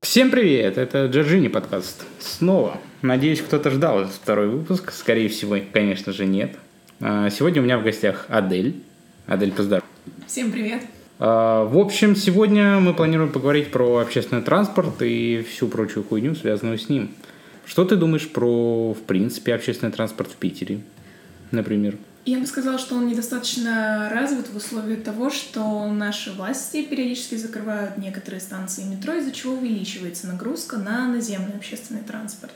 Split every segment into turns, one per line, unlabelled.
Всем привет! Это Джорджини подкаст. Снова. Надеюсь, кто-то ждал этот второй выпуск. Скорее всего, конечно же, нет. А, Сегодня у меня в гостях Адель. Адель, поздоров.
Всем привет!
А, В общем, сегодня мы планируем поговорить про общественный транспорт и всю прочую хуйню, связанную с ним. Что ты думаешь про, в принципе, общественный транспорт в Питере, например?
Я бы сказала, что он недостаточно развит в условии того, что наши власти периодически закрывают некоторые станции метро, из-за чего увеличивается нагрузка на наземный общественный транспорт.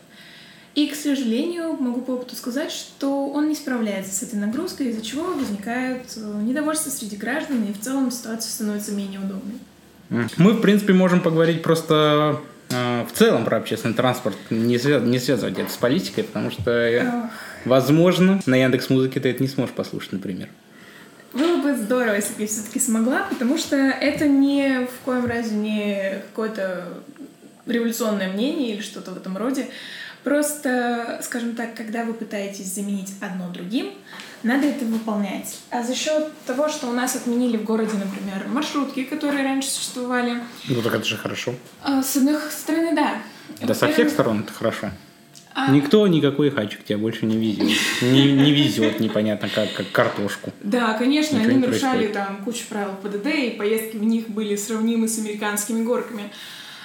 И, к сожалению, могу по опыту сказать, что он не справляется с этой нагрузкой, из-за чего возникают э, недовольства среди граждан, и в целом ситуация становится менее удобной.
Мы, в принципе, можем поговорить просто э, в целом про общественный транспорт, не, свя- не связывать это с политикой, потому что, э,
Эх,
возможно, на Яндекс Музыке ты это не сможешь послушать, например.
Было бы здорово, если бы я все-таки смогла, потому что это ни в коем разе не какое-то революционное мнение или что-то в этом роде. Просто, скажем так, когда вы пытаетесь заменить одно другим, надо это выполнять. А за счет того, что у нас отменили в городе, например, маршрутки, которые раньше существовали,
Ну так это же хорошо.
а, с одной стороны, да.
Да со
Во-первых,
всех сторон это хорошо.
а,
Никто никакой хачик тебя больше не везет. Не, не везет, непонятно как, как картошку.
Да, конечно,
Ничего
они
не
нарушали
происходит.
там кучу правил ПДД, и поездки в них были сравнимы с американскими горками.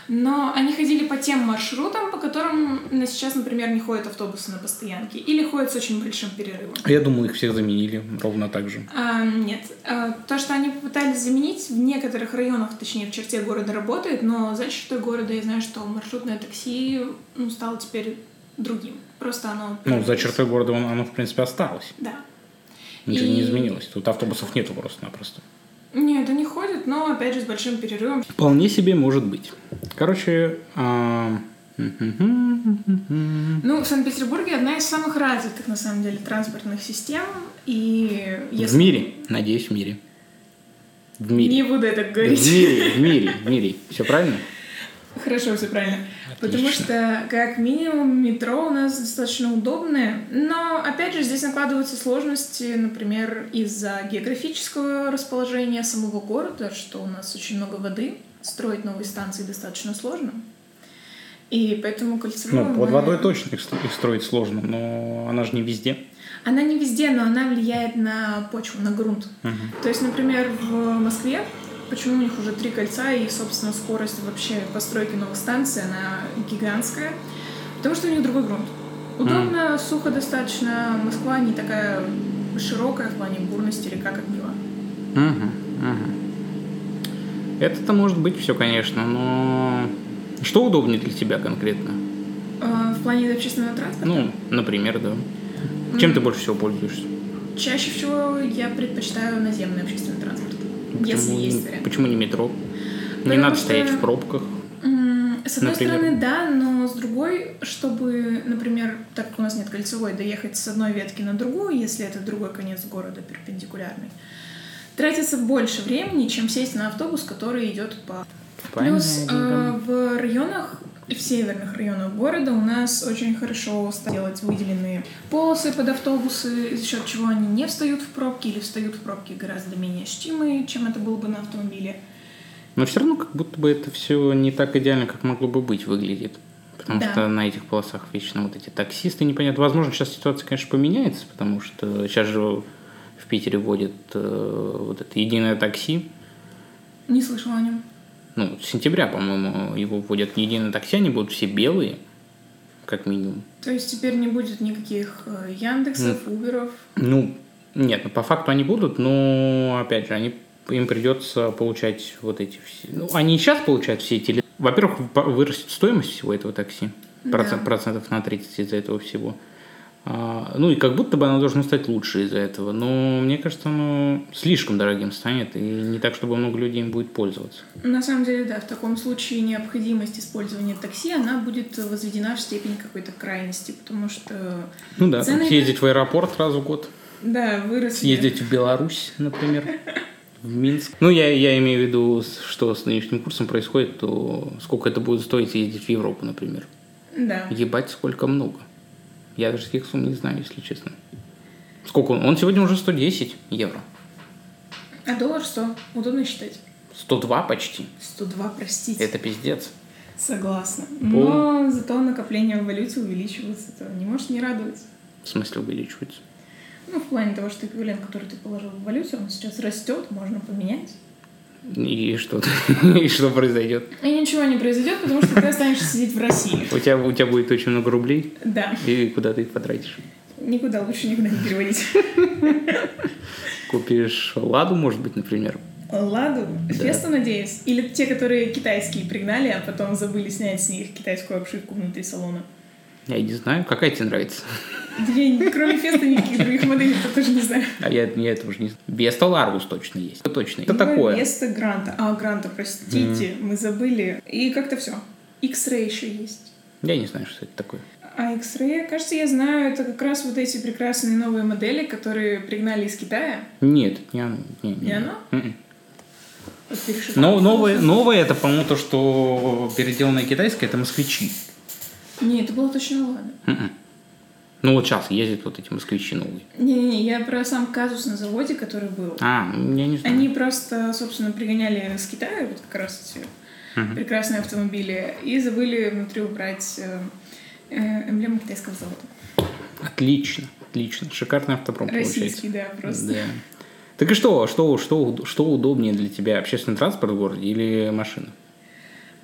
Но они ходили по тем маршрутам, по которым на сейчас, например, не ходят автобусы на постоянке или ходят с очень большим перерывом.
Я думаю, их всех заменили ровно так же.
А, нет, А, то, что они попытались заменить, в некоторых районах, точнее, в черте города работает, но за чертой города я знаю, что маршрутное такси ну, стало теперь другим. Просто оно...
Ну, за чертой города он- оно, в принципе, осталось.
Да.
Ничего не
И-
изменилось. Тут автобусов нету просто-напросто.
Нет, они ходят, но, опять же, с большим перерывом,
Вполне себе может быть. Короче, а, мгм-гм-гм-гм.
Ну, в Санкт-Петербурге одна из самых развитых, на самом деле, транспортных систем. И
в мире, надеюсь, в мире. В мире.
Не буду это
В
говорить.
мире, в мире, в мире. Все правильно?
Хорошо, все правильно. Потому
Отлично.
что, как минимум, метро у нас достаточно удобное. Но, опять же, здесь накладываются сложности, например, из-за географического расположения самого города, что у нас очень много воды. Строить новые станции достаточно сложно. И поэтому кольцевое...
Ну, под
мы-
водой точно их сто- их строить сложно, но она же не везде.
Она не везде, но она влияет на почву, на грунт.
Мгм.
То есть, например, в Москве, почему у них уже три кольца и, собственно, скорость вообще постройки новых станций, она гигантская, потому что у них другой грунт. Удобно, сухо достаточно, Москва не такая широкая в плане бурности река, как Нива.
Мгм, мгм. Это-то может быть все, конечно, но что удобнее для тебя конкретно?
А, В плане общественного транспорта
Ну, например, да. Чем ты больше всего пользуешься?
чаще всего я предпочитаю наземный общественный транспорт, если
Почему,
есть вариант.
почему не метро? не
Потому
надо
что-
стоять в пробках.
М, С одной
Например?
стороны, да, но с другой, чтобы, например, так как у нас нет кольцевой, доехать с одной ветки на другую, если это другой конец города перпендикулярный, тратится больше времени, чем сесть на автобус, который идет по... Плюс
Понятно.
э, в районах, в северных районах города у нас очень хорошо стали делать выделенные полосы под автобусы, за счет чего они не встают в пробки или встают в пробки гораздо менее ощутимые, чем это было бы на автомобиле.
Но все равно как будто бы это все не так идеально, как могло бы быть, выглядит. Потому
Да.
что на этих полосах вечно вот эти таксисты непонятно. Возможно, сейчас ситуация, конечно, поменяется, потому что сейчас же в Питере вводят э, вот это единое такси.
Не слышала о нем.
Ну, с сентября, по-моему, его вводят в единое такси, они будут все белые, как минимум.
То есть теперь не будет никаких э, Яндексов, Уберов.
Ну, нет, ну, по факту они будут, но, опять же, они, им придется получать вот эти все... Ну, они и сейчас получают все эти... ли- Во-первых, по- вырастет стоимость всего этого такси. Процент,
Да.
Процентов на 30 из-за этого всего. А, ну, и как будто бы оно должно стать лучше из-за этого. Но мне кажется, оно слишком дорогим станет, и не так, чтобы много людей им будет пользоваться.
На самом деле, да, в таком случае необходимость использования такси, она будет возведена в степень какой-то крайности, потому что,
Ну да,
Цены-
съездить в аэропорт раз в год.
да, выросли...
съездить в Беларусь, например, в Минск. Ну, я, я имею в виду, с- что с нынешним курсом происходит, то сколько это будет стоить ездить в Европу, например.
Да.
Ебать, сколько много. Я даже таких сумм не знаю, если честно. Сколько он? Он сегодня уже 110 евро.
А доллар 100. Удобно считать.
102 почти.
102, простите.
Это пиздец.
Согласна. Но зато накопление в валюте увеличивается. Это не может не радовать.
В смысле увеличивается?
Ну, в плане того, что эквивалент, который ты положил в валюте, он сейчас растет, можно поменять.
И что, и что произойдет?
И ничего не произойдет, потому что ты останешься сидеть в России.
У тебя, у тебя будет очень много рублей,
Да,
и куда ты их потратишь?
никуда лучше никуда не переводить.
Купишь ладу, может быть, например.
Ладу,
Да.
Феста, надеюсь. Или те, которые китайские пригнали, а потом забыли снять с них китайскую обшивку внутри салона.
Я не знаю, какая тебе нравится.
Я, не- кроме Феста, никаких других моделей я тоже не знаю.
А я, я это уже не знаю. Веста Ларгус точно есть. Это точно. Это
Ну,
такое.
Веста Гранта. А, Гранта, простите, мы забыли. И как-то все. X-Ray еще есть.
Я не знаю, что это такое.
А X-Ray, кажется, я знаю, это как раз вот эти прекрасные новые модели, которые пригнали из Китая.
Нет, не оно. Не, не
Не
оно.
оно?
Мгм.
Вот перешивают.
Но новое, новое это, по-моему, то, что переделанное китайское, это москвичи.
Не, это было точно ладно.
Мгм. Ну вот сейчас ездят вот эти москвичи новые.
Не-не-не, я про сам казус на заводе, который был.
А, ну, я не знаю.
Они просто, собственно, пригоняли с Китая вот как раз эти
Мгм.
прекрасные автомобили и забыли внутри убрать э, э, эмблему китайского завода.
Отлично, отлично. Шикарный автопром
Российский, да, просто.
Да. Так и что, что, что, уд- что удобнее для тебя, общественный транспорт в городе или машина?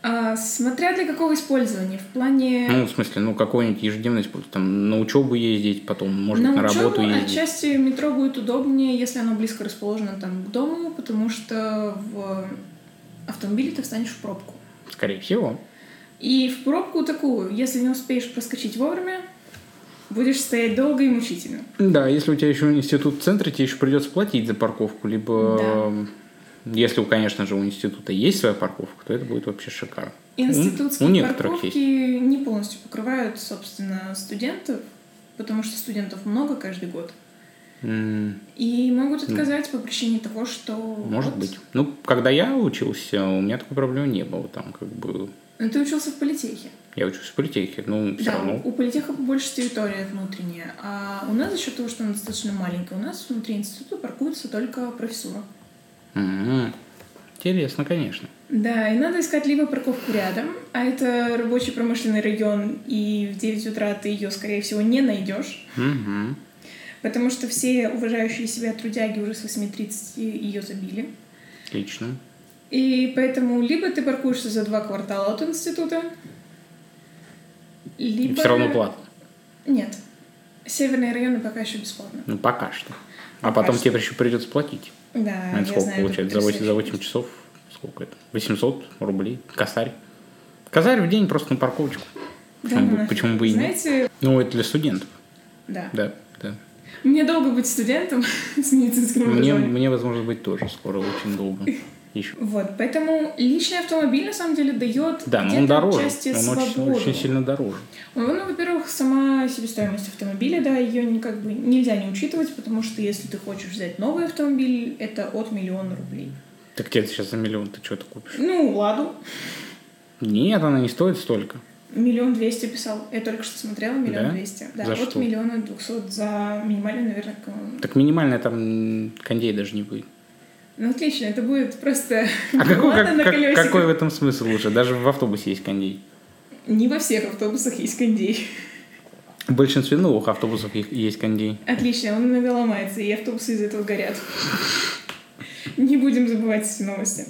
А, смотря для какого использования. В плане
Ну, в смысле, ну, какое-нибудь ежедневное использование. Там на учебу ездить, потом, может быть,
на а
на работу
учёбу
ездить.
отчасти метро будет удобнее, если оно близко расположено там к дому, потому что в автомобиле ты встанешь в пробку.
Скорее всего.
И в пробку такую, если не успеешь проскочить вовремя, будешь стоять долго и мучительно.
Да, если у тебя еще институт в центре, тебе еще придется платить за парковку, либо...
Да.
Если, у, конечно же, у института есть своя парковка, то это будет вообще шикарно.
Институтские
у Ну, некоторых
парковки не полностью покрывают, собственно, студентов, потому что студентов много каждый год.
М,
И могут отказать по причине того, что...
Ну. Может
вот,
быть. Ну, когда я учился, у меня такой проблемы не было. Там как бы...
ну, Ты учился в политехе.
Я учился в политехе, ну, все
да,
равно.
у политеха больше территория внутренняя. А у нас за счет того, что она достаточно маленькая, у нас внутри института паркуется только профессура.
М, Интересно, конечно.
Да, и надо искать либо парковку рядом, а это рабочий промышленный район, и в 9 утра ты ее, скорее всего, не найдешь,
Мгм.
потому что все уважающие себя трудяги уже с 8.30 ее забили.
Отлично.
И поэтому либо ты паркуешься за два квартала от института, либо...
Все равно платно.
Нет. Северные районы пока еще бесплатно.
Ну, пока что. А
Пока
потом
что.
тебе еще придется платить.
Да,
Ну, Это
А, я
сколько
знаю, это
получается? За 8, за
потрясающе.
8 часов сколько это? 800 рублей. Косарь. Косарь в день просто на парковочку.
Да,
Почему
ну
бы-
нафиг.
почему бы и нет?
Знаете,
Ну, это для студентов.
да.
Да, да.
Мне долго быть студентом с медицинским
Мне,
образованием.
мне, возможно, быть тоже скоро очень долго. Еще.
Вот, поэтому личный автомобиль на самом деле дает
Да, но
где-то
он дороже.
отчасти
Он очень,
свободу.
очень сильно дороже.
Ну, ну, во-первых, сама себестоимость автомобиля, да, ее не, как бы нельзя не учитывать, потому что если ты хочешь взять новый автомобиль, это от миллиона рублей.
Так тебе сейчас за миллион ты что-то купишь?
Ну, Ладу,
Нет, она не стоит столько.
миллион двести писал. Я только что смотрела,
Да?
миллион двести. Да,
За
от
что?
миллиона двухсот за минимальный, наверное, ком-
Так минимально там м, кондей даже не будет.
Ну, отлично, это будет просто
А какой,
Лада
как-
Ну, на
как-
колесиках.
какой в этом смысл уже? Даже в автобусе есть кондей.
Не во всех автобусах есть кондей.
В большинстве новых автобусов е- есть кондей.
Отлично, он иногда ломается, и автобусы из этого горят. Не будем забывать эти новости.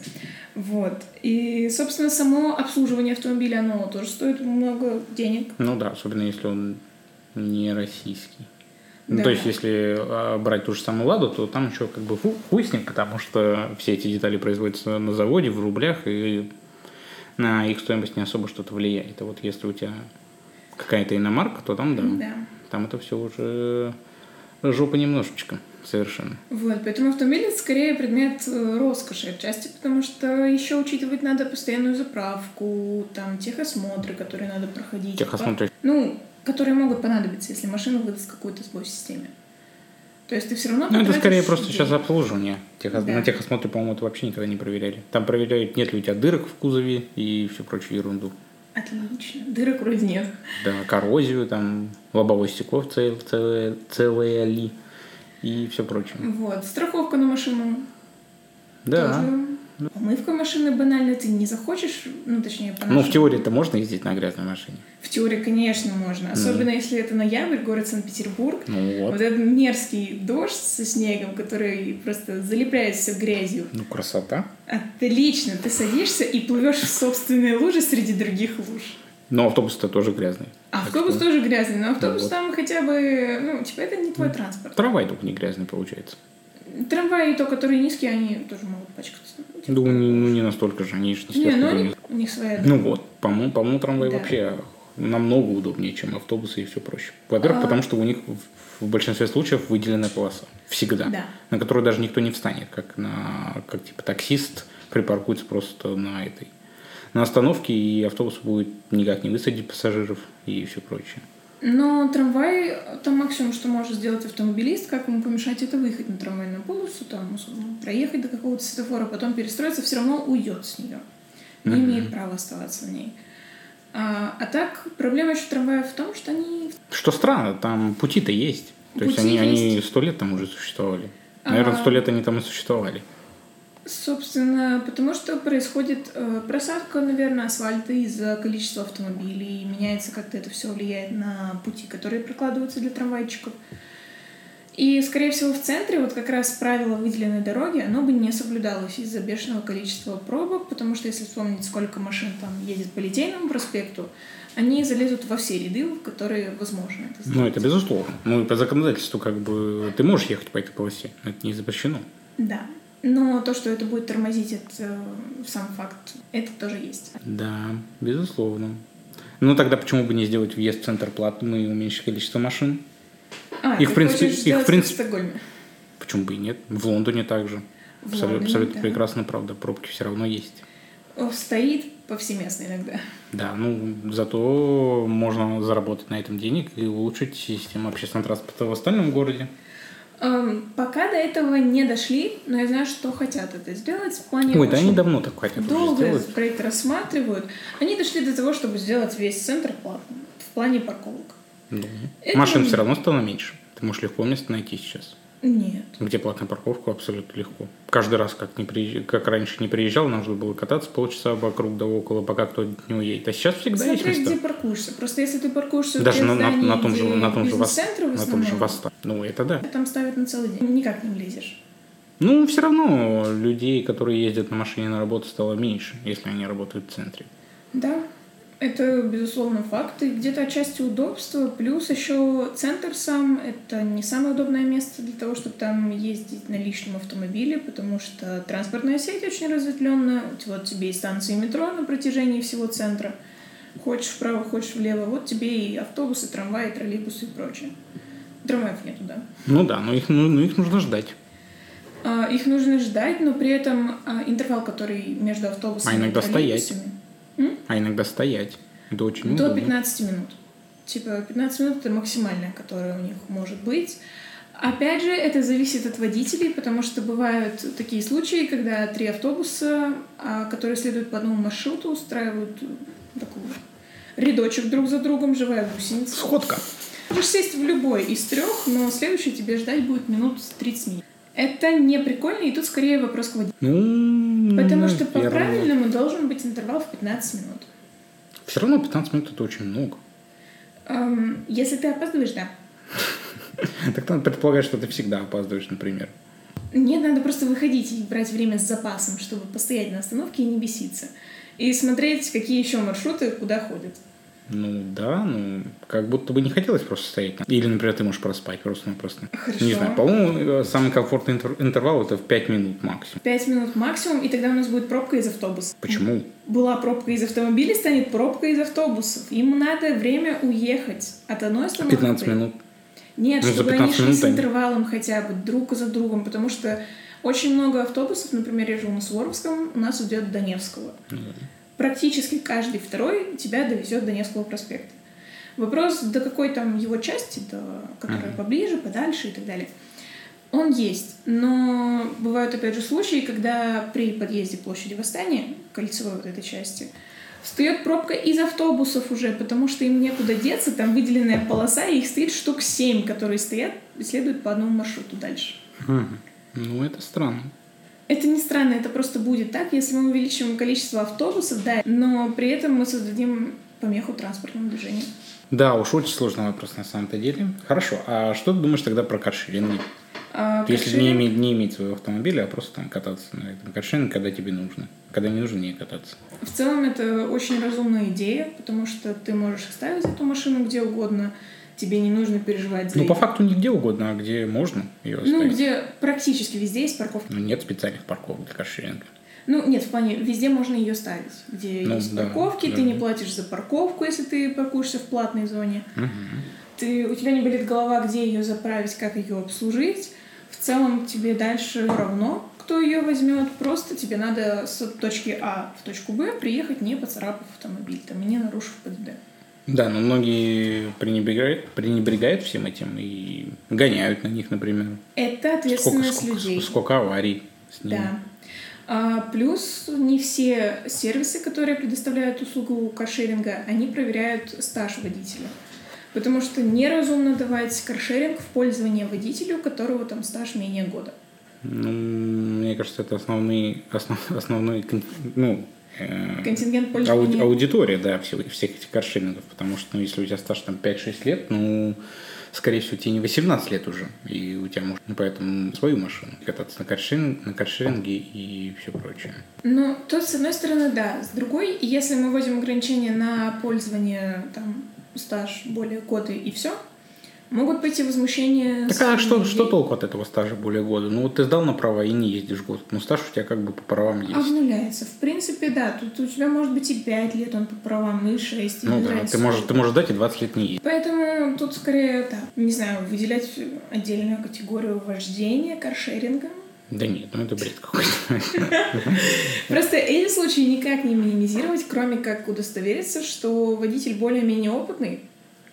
Вот. И, собственно, само обслуживание автомобиля, оно тоже стоит много денег.
Ну да, особенно если он не российский.
Да.
Ну, то есть, если а, брать ту же самую «Ладу», то там еще как бы фу, хуй с ним, потому что все эти детали производятся на заводе, в рублях, и на их стоимость не особо что-то влияет. А вот если у тебя какая-то иномарка, то там да,
Да.
там это все уже жопа немножечко совершенно.
Вот, поэтому автомобиль это скорее предмет э, роскоши отчасти, потому что еще учитывать надо постоянную заправку, там техосмотры, которые надо проходить.
Техосмотр
Ну, которые могут понадобиться, если машина выдаст какую-то сбой в системе. То есть ты все равно
Ну, это
потратишь
скорее просто сейчас
деньги.
обслуживание. Техос-
Да.
На техосмотре, по-моему, это вообще никогда не проверяли. Там проверяют, нет ли у тебя дырок в кузове и всю прочую ерунду.
Отлично. Дырок вроде нет.
Да, коррозию, там, лобовое стекло цел- целое, целое ли и все прочее.
Вот. Страховка на машину
Да,
тоже Помывка машины банально, ты не захочешь, ну точнее, по
Ну, в
нашему-
теории-то можно ездить на грязной машине.
В теории, конечно, можно. Особенно если это ноябрь, город Санкт-Петербург.
Ну
Вот.
вот.
этот мерзкий дождь со снегом, который просто залепляет все грязью.
Ну, красота.
Отлично, ты садишься и плывешь в собственные лужи среди других луж.
Но автобус-то тоже грязный.
А автобус
что?
тоже грязный, но автобус
вот.
там хотя бы, ну, типа, это не твой транспорт.
Трамвай только не грязный получается.
Трамваи, то, которые низкие, они тоже могут пачкаться. Ну, типа,
Думаю, не- ну не настолько же, они же не
Не,
сверху
ну
грязные.
они, у них своя...
Ну вот, по-моему, по-моему трамвай
Да.
вообще намного удобнее, чем автобусы и все проще. Во-первых,
А.
потому что у них в- в большинстве случаев выделенная полоса. Всегда.
Да.
На которую даже никто не встанет, как, на, как типа таксист припаркуется просто на этой. На остановке и автобус будет никак не высадить пассажиров и все прочее.
Но трамвай, там максимум, что может сделать автомобилист, как ему помешать, это выехать на трамвайную полосу, там, условно, проехать до какого-то светофора, потом перестроиться, все равно уйдет с нее. Не
Мгм.
имеет права оставаться в ней. А, а так, проблема еще трамваев в том, что они...
Что странно, там пути-то есть. То есть
Пути
они, они
есть.
сто лет там уже существовали. Наверное,
А.
сто лет они там и существовали.
Собственно, потому что происходит э, просадка, наверное, асфальта из-за количества автомобилей, и меняется как-то это все влияет на пути, которые прокладываются для трамвайчиков. И, скорее всего, в центре вот как раз правило выделенной дороги, оно бы не соблюдалось из-за бешеного количества пробок, потому что, если вспомнить, сколько машин там едет по Литейному проспекту, они залезут во все ряды, в которые возможно это
Ну,
сделать.
это безусловно. Ну, и по законодательству, как бы, ты можешь ехать по этой полосе, но это не запрещено.
Да. Но то, что это будет тормозить, это э, сам факт, это тоже есть.
Да, безусловно. Ну, тогда почему бы не сделать въезд в центр платным и уменьшить количество машин?
А,
И, в
ты
принципе,
хочешь
и, в
сделать как
принципе-
в Стокгольме.
Почему бы и нет? В Лондоне также.
В
Абсолютно,
Лондоне,
абсолютно
да.
прекрасно, правда, пробки все равно есть.
О, Стоит повсеместно иногда.
Да, ну, зато можно заработать на этом денег и улучшить систему общественного транспорта в остальном городе.
Эм, пока до этого не дошли, но я знаю, что хотят это сделать. В плане
Ой, да
очень
они давно так хотят уже
долго
сделать.
этот проект рассматривают. Они дошли до того, чтобы сделать весь центр платным в плане парковок.
Да.
Это
Машин
они-
все равно стало меньше. Ты можешь легко место найти сейчас.
Нет.
Где платная парковка абсолютно легко. Каждый раз, как, не приезж- как раньше не приезжал, нам нужно было кататься полчаса вокруг да около, пока кто-нибудь не уедет. А сейчас всегда есть
Смотря где
места.
паркуешься. Просто если ты паркуешься
Даже
в
на,
том
на,
здании,
на том же,
где
на том же, вос-
бизнес-центры в
на том же
основном,
Воста. Ну, это да.
Там ставят на целый день. Никак не влезешь.
Ну, все равно людей, которые ездят на машине на работу, стало меньше, если они работают в центре.
Да, это, безусловно, факт. И где-то отчасти удобство. Плюс еще центр сам — это не самое удобное место для того, чтобы там ездить на личном автомобиле, потому что транспортная сеть очень разветвленная. Вот тебе и станции метро на протяжении всего центра. Хочешь вправо, хочешь влево. Вот тебе и автобусы, трамваи, троллейбусы и прочее. Трамваев нету, да.
Ну да, но их, ну, ну, их нужно ждать.
А, Их нужно ждать, но при этом а, интервал, который между автобусами
А иногда
и
стоять.
троллейбусами...
А иногда стоять. Это очень
До
удобно.
15 минут. Типа 15 минут это максимальное, которое у них может быть. Опять же, это зависит от водителей, потому что бывают такие случаи, когда три автобуса, а, которые следуют по одному маршруту, устраивают э, такой рядочек друг за другом, живая гусеница.
Сходка.
Можешь сесть в любой из трех, но следующий тебе ждать будет минут 30 минут. Это не прикольно, и тут скорее вопрос к водителю.
Ну,
Потому что
наверное.
по-правильному должен быть интервал в 15 минут.
Все равно 15 минут это очень много.
Эм, если ты опаздываешь, да,
Так надо предполагать, что ты всегда опаздываешь, например.
Нет, надо просто выходить и брать время с запасом, чтобы постоять на остановке и не беситься. И смотреть, какие еще маршруты куда ходят.
Ну да, ну как будто бы не хотелось просто стоять. Или, например, ты можешь проспать просто-напросто.
Хорошо.
Не знаю, по-моему, э, самый комфортный интер- интервал это в 5 минут максимум.
Пять минут максимум, и тогда у нас будет пробка из автобуса.
Почему?
Была пробка из автомобилей, станет пробка из автобусов. Им надо время уехать от одной остановки.
15 минут.
Нет,
Ну, за
чтобы они
15
шли
минут
с
они-
интервалом хотя бы друг за другом, потому что очень много автобусов, например, я живу на Суворовском, у нас идет до Невского.
Ну
Практически каждый второй тебя довезет до Невского проспекта. Вопрос, до какой там его части, до которая
Мгм.
поближе, подальше и так далее. Он есть, но бывают опять же случаи, когда при подъезде площади Восстания, кольцевой вот этой части, встает пробка из автобусов уже, потому что им некуда деться, там выделенная полоса, и их стоит штук семь, которые стоят и следуют по одному маршруту дальше.
Мгм. Ну это странно.
Это не странно, это просто будет так, если мы увеличим количество автобусов, да, но при этом мы создадим помеху транспортному движению.
Да, уж очень сложный вопрос на самом-то деле. Хорошо, а что ты думаешь тогда про каршеринг?
А,
Если
кошелек-
не иметь, не иметь своего автомобиля, а просто там кататься на этом каршеринге, когда тебе нужно. Когда не нужно, не кататься.
В целом это очень разумная идея, потому что ты можешь оставить эту машину где угодно, тебе не нужно переживать за
Ну, по
её-
факту не где угодно, а где можно ее оставить.
Ну, где практически везде есть парковка.
Ну, нет специальных парковок для каршеринга.
Ну, нет, в плане, везде можно ее ставить. Где
Ну,
есть
да,
парковки,
да.
ты не платишь за парковку, если ты паркуешься в платной зоне.
Мгм.
Ты, у тебя не болит голова, где ее заправить, как ее обслужить. В целом тебе дальше равно, кто ее возьмет. Просто тебе надо с точки А в точку Б приехать, не поцарапав автомобиль, там, и не нарушив ПДД.
Да, но многие пренебрегают, пренебрегают всем этим и гоняют на них, например.
Это
Сколько,
ответственность
сколько,
людей.
сколько аварий с ними.
Да. А, плюс не все сервисы, которые предоставляют услугу каршеринга, они проверяют стаж водителя. Потому что неразумно давать каршеринг в пользование водителю, у которого там стаж менее года.
Ну, мне кажется, это основные, основ- основной кон- ну, э,
Контингент
ауди-
пользования...
аудитория, да, всего- всех этих каршерингов. Потому что, ну, если у тебя стаж там 5-6 лет, ну, скорее всего, тебе не 18 лет уже. И у тебя можно поэтому свою машину кататься на, каршеринг, на каршеринге и все прочее.
Ну, тут, с одной стороны, да. С другой, если мы вводим ограничения на пользование, там, стаж более года и все, могут пойти возмущения...
Так
со
а
стороны
что,
людей.
что толку от этого стажа более года? Ну вот ты сдал на права и не ездишь год. Ну стаж у тебя как бы по
А
правам есть.
Обнуляется. В принципе, да. Тут у тебя может быть и 5 лет он по правам, а и 6. и
ну
не
да,
нравится.
ты можешь, ты можешь дать и 20 лет не ездить.
Поэтому тут скорее, да, не знаю, выделять отдельную категорию вождения каршеринга.
Да нет, ну это бред какой-то.
Просто эти случаи никак не минимизировать, кроме как удостовериться, что водитель более-менее опытный,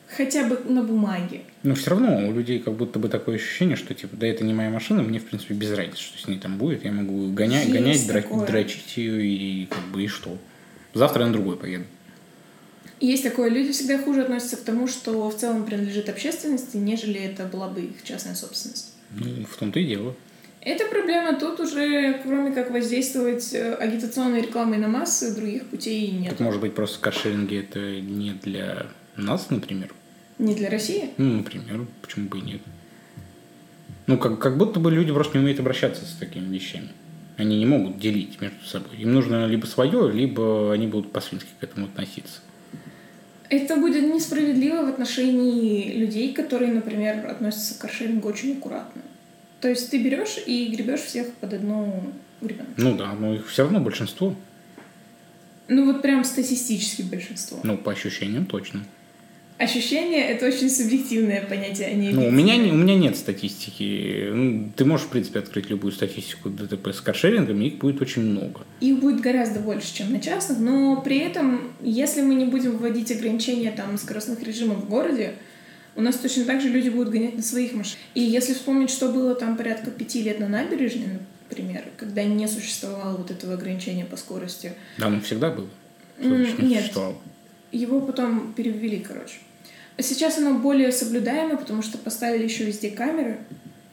хотя бы на бумаге.
Но все равно у людей как будто бы такое ощущение, что типа, да это не моя машина, мне в принципе без разницы, что с ней там будет. Я могу гоня-
Есть
гонять, дра-
такое.
дрочить ее и как бы и что. Завтра я на другой поеду.
Есть такое, люди всегда хуже относятся к тому, что в целом принадлежит общественности, нежели это была бы их частная собственность.
Ну, в том-то и дело.
Эта проблема тут уже, кроме как воздействовать э, агитационной рекламой на массы, других путей нет.
Так может быть просто каршеринги это не для нас, например.
Не для России?
Ну, например, почему бы и нет. Ну, как, как будто бы люди просто не умеют обращаться с такими вещами. Они не могут делить между собой. Им нужно либо свое, либо они будут по-свински к этому относиться.
Это будет несправедливо в отношении людей, которые, например, относятся к каршерингу очень аккуратно. То есть ты берешь и гребешь всех под одну гребенку.
Ну да, но их все равно большинство.
Ну вот прям статистически большинство.
Ну, по ощущениям точно.
Ощущение — это очень субъективное понятие, а не
Ну, у
объективное.
меня, не- у меня нет статистики. Ну, ты можешь, в принципе, открыть любую статистику ДТП с каршерингами, их будет очень много.
Их будет гораздо больше, чем на частных, но при этом, если мы не будем вводить ограничения там скоростных режимов в городе, у нас точно так же люди будут гонять на своих машинах. И если вспомнить, что было там порядка пяти лет на набережной, например, когда не существовало вот этого ограничения по скорости,
Да, ну всегда было. Что
М,
значит, не
нет.
существовало?
его потом перевели, короче. А Сейчас оно более соблюдаемо, потому что поставили еще везде камеры,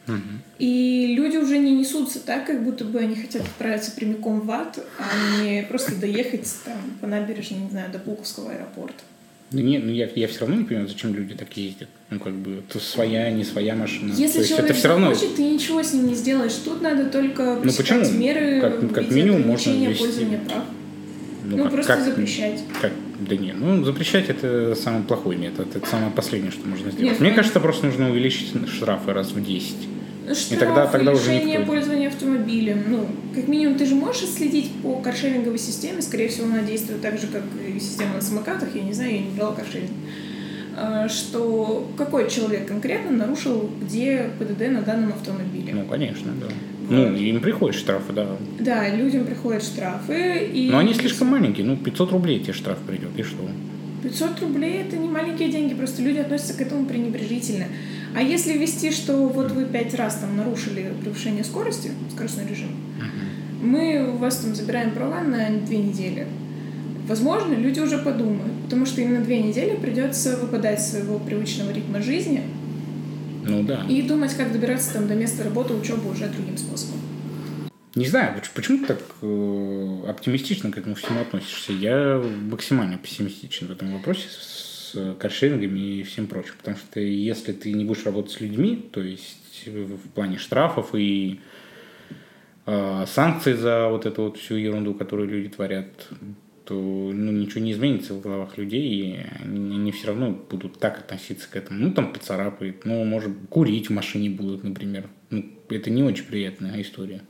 Мгм.
и люди уже не несутся так, как будто бы они хотят отправиться прямиком в ад, а не просто доехать там по набережной, не знаю, до Пулковского аэропорта.
Да нет, ну я, я все равно не понимаю, зачем люди так ездят. Ну, как бы, то своя, не своя машина.
Если
то есть
человек
это все равно...
захочет, ты ничего с ним не сделаешь. Тут надо только
Ну,
пресекать
почему?
меры
Как-
в
как
виде
минимум можно
ограничения
ввести.
пользования прав. Ну,
как-
просто
как-
запрещать.
как- да не, ну запрещать это самый плохой метод, это самое последнее, что можно сделать.
Нет,
Мне
конечно.
кажется, просто нужно увеличить штрафы раз в 10.
Штрафы,
тогда- тогда уже
лишение
никто-
пользования автомобилем. Ну, как минимум, ты же можешь следить по каршеринговой системе. Скорее всего, она действует так же, как и система на самокатах. Я не знаю, я не брала каршеринг. А, Что какой человек конкретно нарушил где ПДД на данном автомобиле.
Ну, конечно, да. Ну, им приходят штрафы, да.
Да, людям приходят штрафы. И
Но они слишком маленькие, ну, 500 рублей тебе штраф придет, и что?
500 рублей это не маленькие деньги, просто люди относятся к этому пренебрежительно. А если ввести, что вот вы пять раз там нарушили превышение скорости, скоростной режим, мы у вас там забираем права на две недели. Возможно, люди уже подумают, потому что им на две недели придется выпадать из своего привычного ритма жизни
Ну, да.
и думать, как добираться там до места работы, учебы уже другим способом.
Не знаю, почему ты так э, оптимистично к этому всему относишься? Я максимально пессимистичен в этом вопросе с э, каршерингами и всем прочим. Потому что если ты не будешь работать с людьми, то есть в плане штрафов и э, санкций за вот эту вот всю ерунду, которую люди творят, то ну, ничего не изменится в головах людей, и они, они все равно будут так относиться к этому. Ну, там поцарапает, ну, может, курить в машине будут, например. Ну, это не очень приятная история.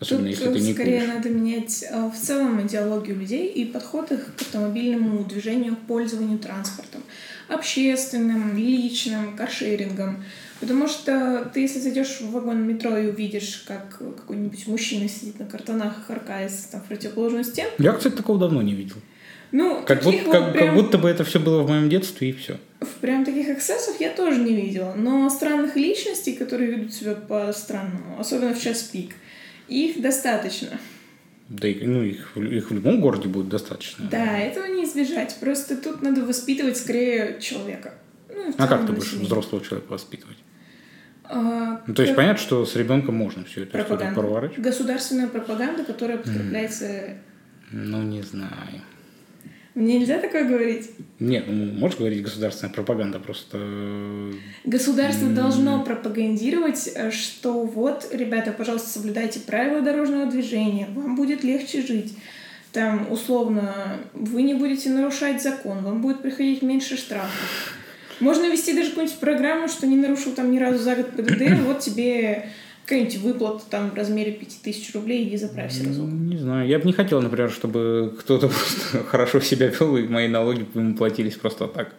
Особенно
Тут э,
если ты не
скорее
куришь.
надо менять э, в целом идеологию людей и подход их к автомобильному движению, к пользованию транспортом. Общественным, личным, каршерингом. Потому что ты, если зайдешь в вагон метро и увидишь, как какой-нибудь мужчина сидит на картонах и харкается там, в противоположную стену,
Я, кстати, такого давно не видел.
ну,
Как, будто,
таких вот
как, как
прям,
будто бы это все было в моем детстве, и все.
прям таких эксцессов я тоже не видела. Но странных личностей, которые ведут себя по-странному, особенно в час пик, их достаточно.
Да и, ну, их, в- их в любом городе будет достаточно.
Да, этого не избежать. Просто тут надо воспитывать скорее человека. Ну, и в
А
целом
как ты будешь
население.
взрослого человека воспитывать?
А,
Ну, то есть
как
понятно, что с ребенком можно все это историю
пропаганда.
проворачивать?
Государственная пропаганда, которая подкрепляется...
Ну, не знаю.
Мне нельзя такое говорить?
Нет, ну, можешь говорить государственная пропаганда, просто... э,
Государство должно пропагандировать, э, что вот, ребята, пожалуйста, соблюдайте правила дорожного движения, вам будет легче жить. Там, условно, вы не будете нарушать закон, вам будет приходить меньше штрафов. Можно вести даже какую-нибудь программу, что не нарушил там ни разу за год ПДД, вот тебе какая-нибудь выплата там в размере 5000 рублей, иди заправься
ну,
разок.
Не знаю. Я бы не хотел, например, чтобы кто-то просто хорошо себя вел, и мои налоги по нему платились просто так.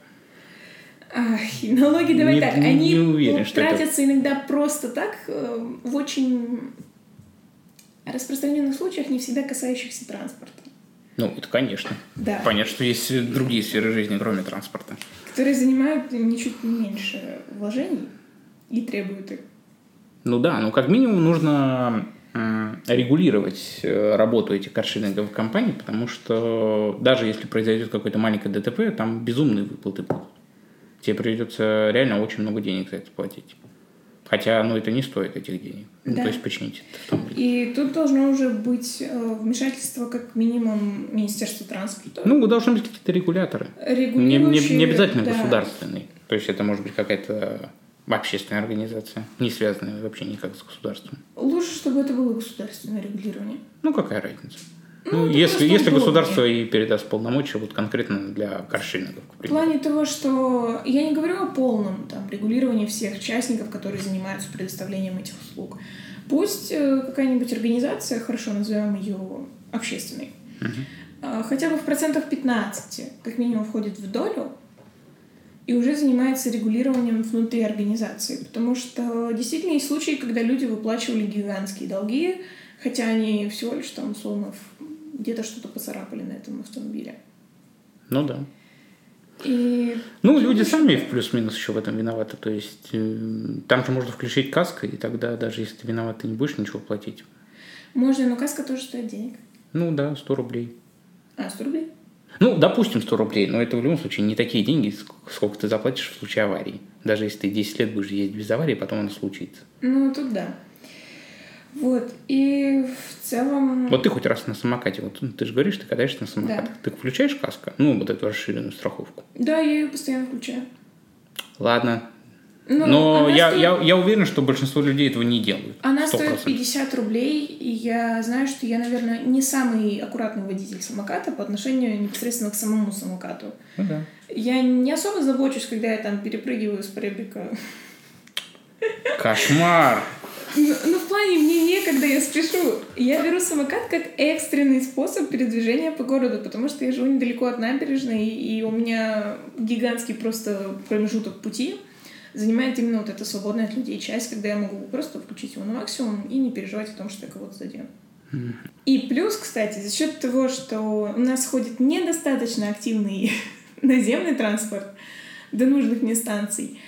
Ах, и налоги давай
Не-
так,
не
они
уверен, что это-
тратятся иногда просто так, э, в очень распространенных случаях, не всегда касающихся транспорта.
Ну, это конечно.
Да.
Понятно, что есть и другие сферы жизни, кроме транспорта.
Которые занимают ничуть не меньше вложений и требуют их.
Ну да, ну как минимум нужно м, регулировать э, работу этих каршеринговых компаний, потому что даже если произойдет какое-то маленькое ДТП, там безумные выплаты будут. Тебе придется реально очень много денег за это платить. Хотя, ну, это не стоит этих денег. Ну,
Да.
то есть починить это автомобиль.
И тут должно уже быть э, вмешательство как минимум Министерства транспорта.
Ну, должны быть какие-то регуляторы. Не, не- не
Регулирующие,
обязательно
да.
государственные. То есть это может быть какая-то общественная организация, не связанная вообще никак с государством.
Лучше, чтобы это было государственное регулирование.
Ну, какая разница? Ну,
Ну, это
если,
просто
если
удобнее.
государство и передаст полномочия вот конкретно для каршерингов, к
В
примеру.
плане того, что я не говорю о полном там, регулировании всех участников, которые занимаются предоставлением этих услуг. Пусть э, какая-нибудь организация, хорошо назовем ее общественной, э, хотя бы в процентах 15, как минимум, входит в долю и уже занимается регулированием внутри организации. Потому что действительно есть случаи, когда люди выплачивали гигантские долги, хотя они всего лишь там, условно, в- где-то что-то поцарапали на этом автомобиле.
Ну да.
И
Ну, люди сами в плюс-минус еще в этом виноваты. То есть э, там же можно включить каско, и тогда даже если ты виноват, ты не будешь ничего платить.
Можно, но каска тоже стоит денег.
Ну да, 100 рублей.
А, 100 рублей?
Ну, допустим, 100 рублей, но это в любом случае не такие деньги, ск- сколько ты заплатишь в случае аварии. Даже если ты 10 лет будешь ездить без аварии, потом она случится.
Ну, тут да. Вот, и в целом...
Вот ты хоть раз на самокате, вот ну, ты же говоришь, ты катаешься на самокатах, ты включаешь каско, ну, вот эту расширенную страховку.
Да, я ее постоянно включаю.
Ладно,
Ну,
Но
она
я,
стоит-
я, я уверен, что большинство людей этого не делают.
Она
100%.
стоит 50 рублей, и я знаю, что я, наверное, не самый аккуратный водитель самоката по отношению непосредственно к самому самокату.
Ну да.
Я не особо забочусь, когда я там перепрыгиваю с пребрика.
Кошмар!
Ну, ну, в плане мне некогда, я спешу. Я беру самокат как экстренный способ передвижения по городу, потому что я живу недалеко от набережной, и у меня гигантский просто промежуток пути занимает именно вот эта свободная от людей часть, когда я могу просто включить его на максимум и не переживать о том, что я кого-то задену. И плюс, кстати, за счет того, что у нас ходит недостаточно активный наземный транспорт до нужных мне станций,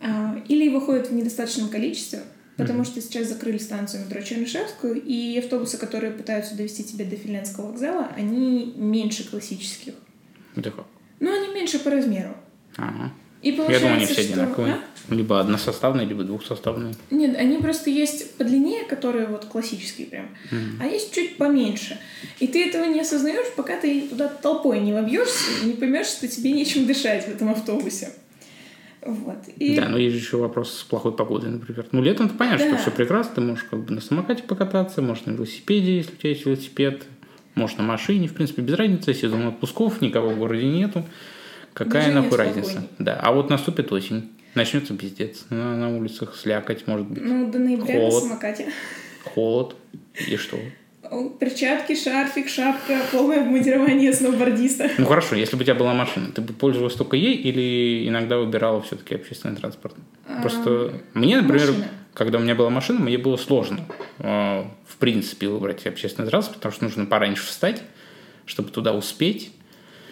а, или его ходит в недостаточном количестве, потому что сейчас закрыли станцию метро Чернышевскую, и автобусы, которые пытаются довести тебя до Финляндского вокзала, они меньше классических. Ну,
Да как?
Но они меньше по размеру.
Ага.
И
Я
получается,
думаю, они
что...
все одинаковые.
а?
Либо односоставные, либо двухсоставные.
Нет, они просто есть подлиннее, которые вот классические прям, а есть чуть поменьше. И ты этого не осознаешь, пока ты туда толпой не вобьешься и не поймешь, что тебе нечем дышать в этом автобусе. Вот. И
Да, но есть же еще вопрос с плохой погодой, например. Ну, летом это понятно,
Да.
что все прекрасно. Ты можешь как бы на самокате покататься, можешь на велосипеде, если у тебя есть велосипед. Можешь на машине, в принципе, без разницы. Сезон отпусков, никого в городе нету. Какая
Движение
нахуй
спокойнее.
разница? Да. А вот наступит осень. Начнется пиздец. На, на улицах слякоть, может быть,
ну, до ноября
Холод.
на самокате.
холод. И что?
О, Перчатки, шарфик, шапка, полное обмундирование сноубордиста.
Ну хорошо, если бы у тебя была машина, ты бы пользовалась только ей или иногда выбирала все-таки общественный транспорт? Просто мне, например,
машина.
когда у меня была машина, мне было сложно э, в принципе выбрать общественный транспорт, потому что нужно пораньше встать, чтобы туда успеть.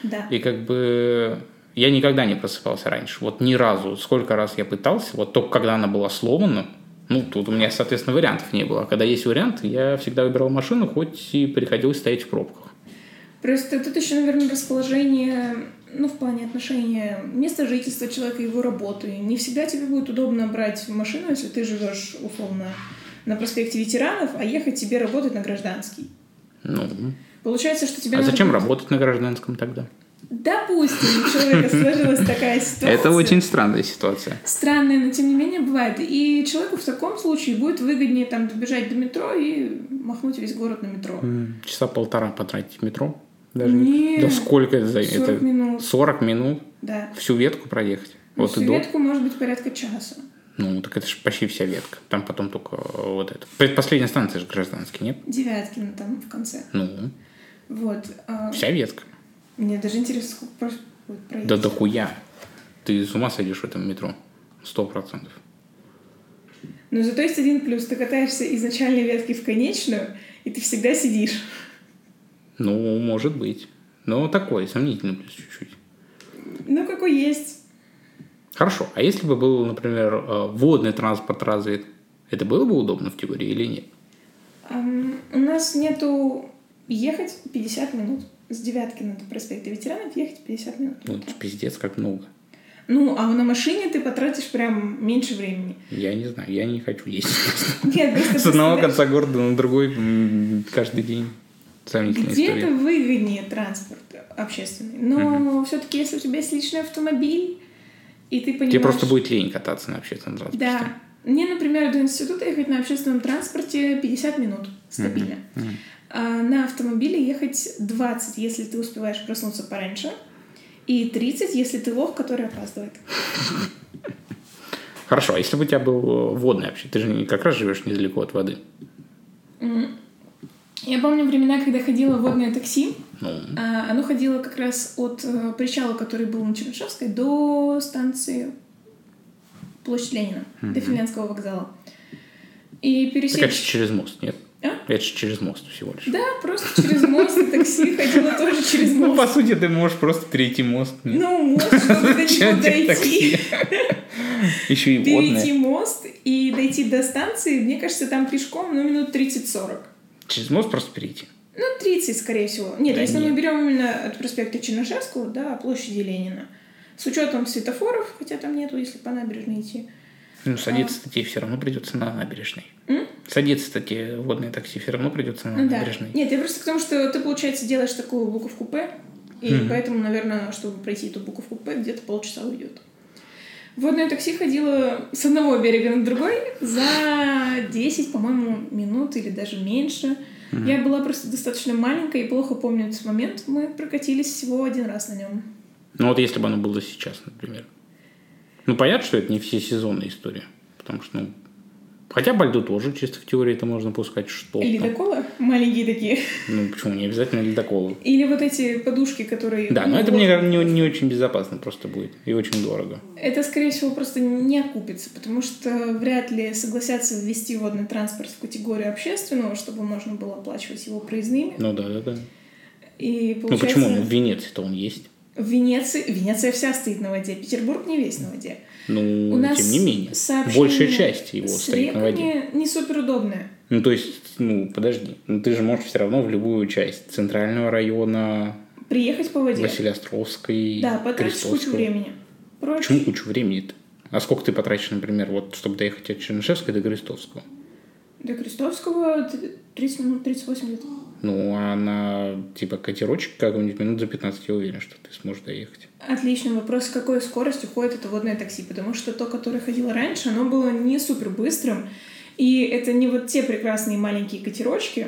Да.
И как бы я никогда не просыпался раньше. Вот ни разу. Сколько раз я пытался, вот только когда она была сломана, ну, тут у меня, соответственно, вариантов не было. А когда есть вариант, я всегда выбирал машину, хоть и приходилось стоять в пробках.
Просто тут еще, наверное, расположение, ну, в плане отношения места жительства человека и его работы. Не всегда тебе будет удобно брать машину, если ты живешь, условно, на проспекте ветеранов, а ехать тебе работать на гражданский.
Ну,
Получается, что тебе
а
надо
зачем
будет-
работать на гражданском тогда?
Допустим, у человека сложилась такая ситуация.
Это очень странная ситуация.
странная, но тем не менее бывает. И человеку в таком случае будет выгоднее там добежать до метро и махнуть весь город на метро.
М, Часа полтора потратить в метро. Даже не...
Нет.
Да сколько это займет?
40
Это
минут,
40 минут
да.
всю ветку проехать. Вот
Всю
и до.
ветку может быть порядка часа.
Ну, так это же почти вся ветка. Там потом только э, вот это. Предпоследняя станция же гражданский, нет?
Девяткина там в конце.
Ну,
Вот. а,
вся ветка.
Мне даже интересно, сколько про- будет проехать.
Да дохуя. Ты с ума сойдешь в этом метро. Сто процентов.
Но зато есть один плюс. Ты катаешься из начальной ветки в конечную, и ты всегда сидишь.
Ну, может быть. Но такой, сомнительный плюс чуть-чуть.
Ну, какой есть.
Хорошо. А если бы был, например, э, водный транспорт развит, это было бы удобно в теории или нет?
Ам, у нас нету ехать 50 минут. С Девяткина до проспекта ветеранов ехать 50 минут.
Ну, это ж пиздец, как много.
Ну, а на машине ты потратишь прям меньше времени.
Я не знаю, я не хочу ездить.
Нет, просто
С одного
представляешь,
конца города на другой м, каждый день. Сомнительная
где-то
история.
выгоднее транспорт общественный. Но все-таки, если у тебя есть личный автомобиль, и ты понимаешь...
Тебе просто будет лень кататься на общественном транспорте.
Да. Мне, например, до института ехать на общественном транспорте 50 минут стабильно.
Мгм.
А на автомобиле ехать 20, если ты успеваешь проснуться пораньше, и 30, если ты лох, который опаздывает.
Хорошо, а если бы у тебя был э, водный вообще? Ты же не- как раз живешь недалеко от воды.
М. Я помню времена, когда ходила в водное такси.
Ну,
А, Оно ходило как раз от э, причала, который был на Чернышевской, до станции Площадь Ленина, до Финляндского вокзала. И
так это же
пересечь...
через мост, нет?
А?
Это же через мост всего лишь.
Да, просто через мост и такси ходила тоже через
Ну,
мост.
по сути, ты можешь просто перейти мост.
Ну, мост, чтобы до него дойти.
Еще и водный.
Перейти мост и дойти до станции, мне кажется, там пешком, ну, минут 30-40.
Через мост просто перейти.
Ну, 30, скорее всего. Нет,
Да
если
нет.
мы берем именно от проспекта Чернышевского до площади Ленина. С учетом светофоров, хотя там нету, если по набережной идти.
Ну, садиться-то тебе все равно придется на набережной.
А. М?
Садиться-то тебе в водное такси все равно придется на
Ну да.
набережной.
Нет, я просто к тому, что ты, получается, делаешь такую буковку П, и
Мгм.
поэтому, наверное, чтобы пройти эту буковку П, где-то полчаса уйдет. Водное такси ходило с одного берега на другой за 10, по-моему, минут или даже меньше. Я была просто достаточно маленькая и плохо помню этот момент. Мы прокатились всего один раз на нем.
Ну вот если бы оно было сейчас, например. Ну понятно, что это не все сезонная история. Потому что, ну, хотя по льду тоже чисто в теории это можно пускать что
Ледоколы маленькие такие.
Ну почему не обязательно ледоколы?
Или вот эти подушки, которые...
Да, но
ну,
это
вот.
мне кажется, не, не очень безопасно просто будет. И очень дорого.
Это, скорее всего, просто не окупится, потому что вряд ли согласятся ввести водный транспорт в категорию общественного, чтобы можно было оплачивать его проездными.
Ну да, да, да.
И
Ну
получается,
почему? Ну, в Венеции-то он есть.
в Венеции... Венеция вся стоит на воде, Петербург не весь на воде.
Ну,
У нас
тем не менее.
сообщение
Большая часть его
с
стоит на воде.
реками не суперудобное.
Ну, то есть, ну, подожди. Ну, ты же можешь все равно в любую часть центрального района,
Приехать по воде.
Василиостровской,
Да, потратишь кучу
Крестовского.
времени. Прочь.
Почему кучу времени-то? А сколько ты потратишь, например, вот, чтобы доехать от Чернышевской до Крестовского?
До Крестовского т- 30 минут, 38 лет.
Ну, а на, типа, катерочек какой-нибудь минут за 15, я уверен, что ты сможешь доехать.
Отличный вопрос, с какой скоростью ходит это водное такси, потому что то, которое ходило раньше, оно было не супер быстрым, и это не вот те прекрасные маленькие катерочки,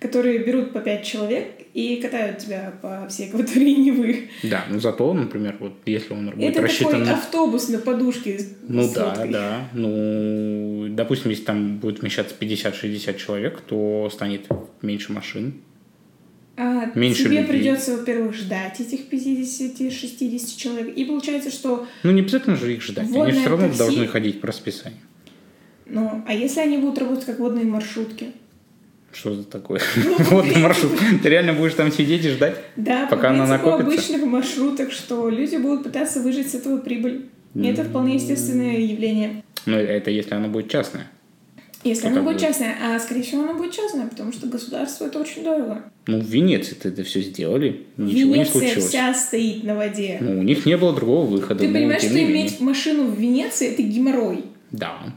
которые берут по пять человек и катают тебя по всей акватории Невы.
Да, но зато, например, вот если он будет
это
рассчитан
такой
на
автобус на подушке с-
Ну
с
да,
лодкой.
да. Ну, допустим, если там будет вмещаться 50-60 человек, то станет меньше машин.
А
Меньше
тебе
людей.
придется, во-первых, ждать этих 50-60 человек. И получается, что,
Ну, не обязательно же их ждать. Они же
Водное
все равно
такси.
должны ходить по расписанию.
ну, а если они будут работать как водные маршрутки?
Что за такое?
Ну,
Водный маршрут. Ты реально будешь там сидеть и ждать?
Да,
Пока
по
она
принципу
накопится.
обычных маршруток, что люди будут пытаться выжать с этого прибыль. И это вполне естественное явление.
Ну, это если она будет частная.
Если
Ну,
она
как
будет
бы-
частная, а скорее всего она будет частная, потому что государству это очень дорого.
Ну, в Венеции-то это все сделали. Ничего не
Венеция
случилось.
вся стоит на воде.
Ну, у них не было другого выхода.
Ты
но
понимаешь,
тем
что
не
иметь
менее.
машину в Венеции это геморрой.
Да. Ну,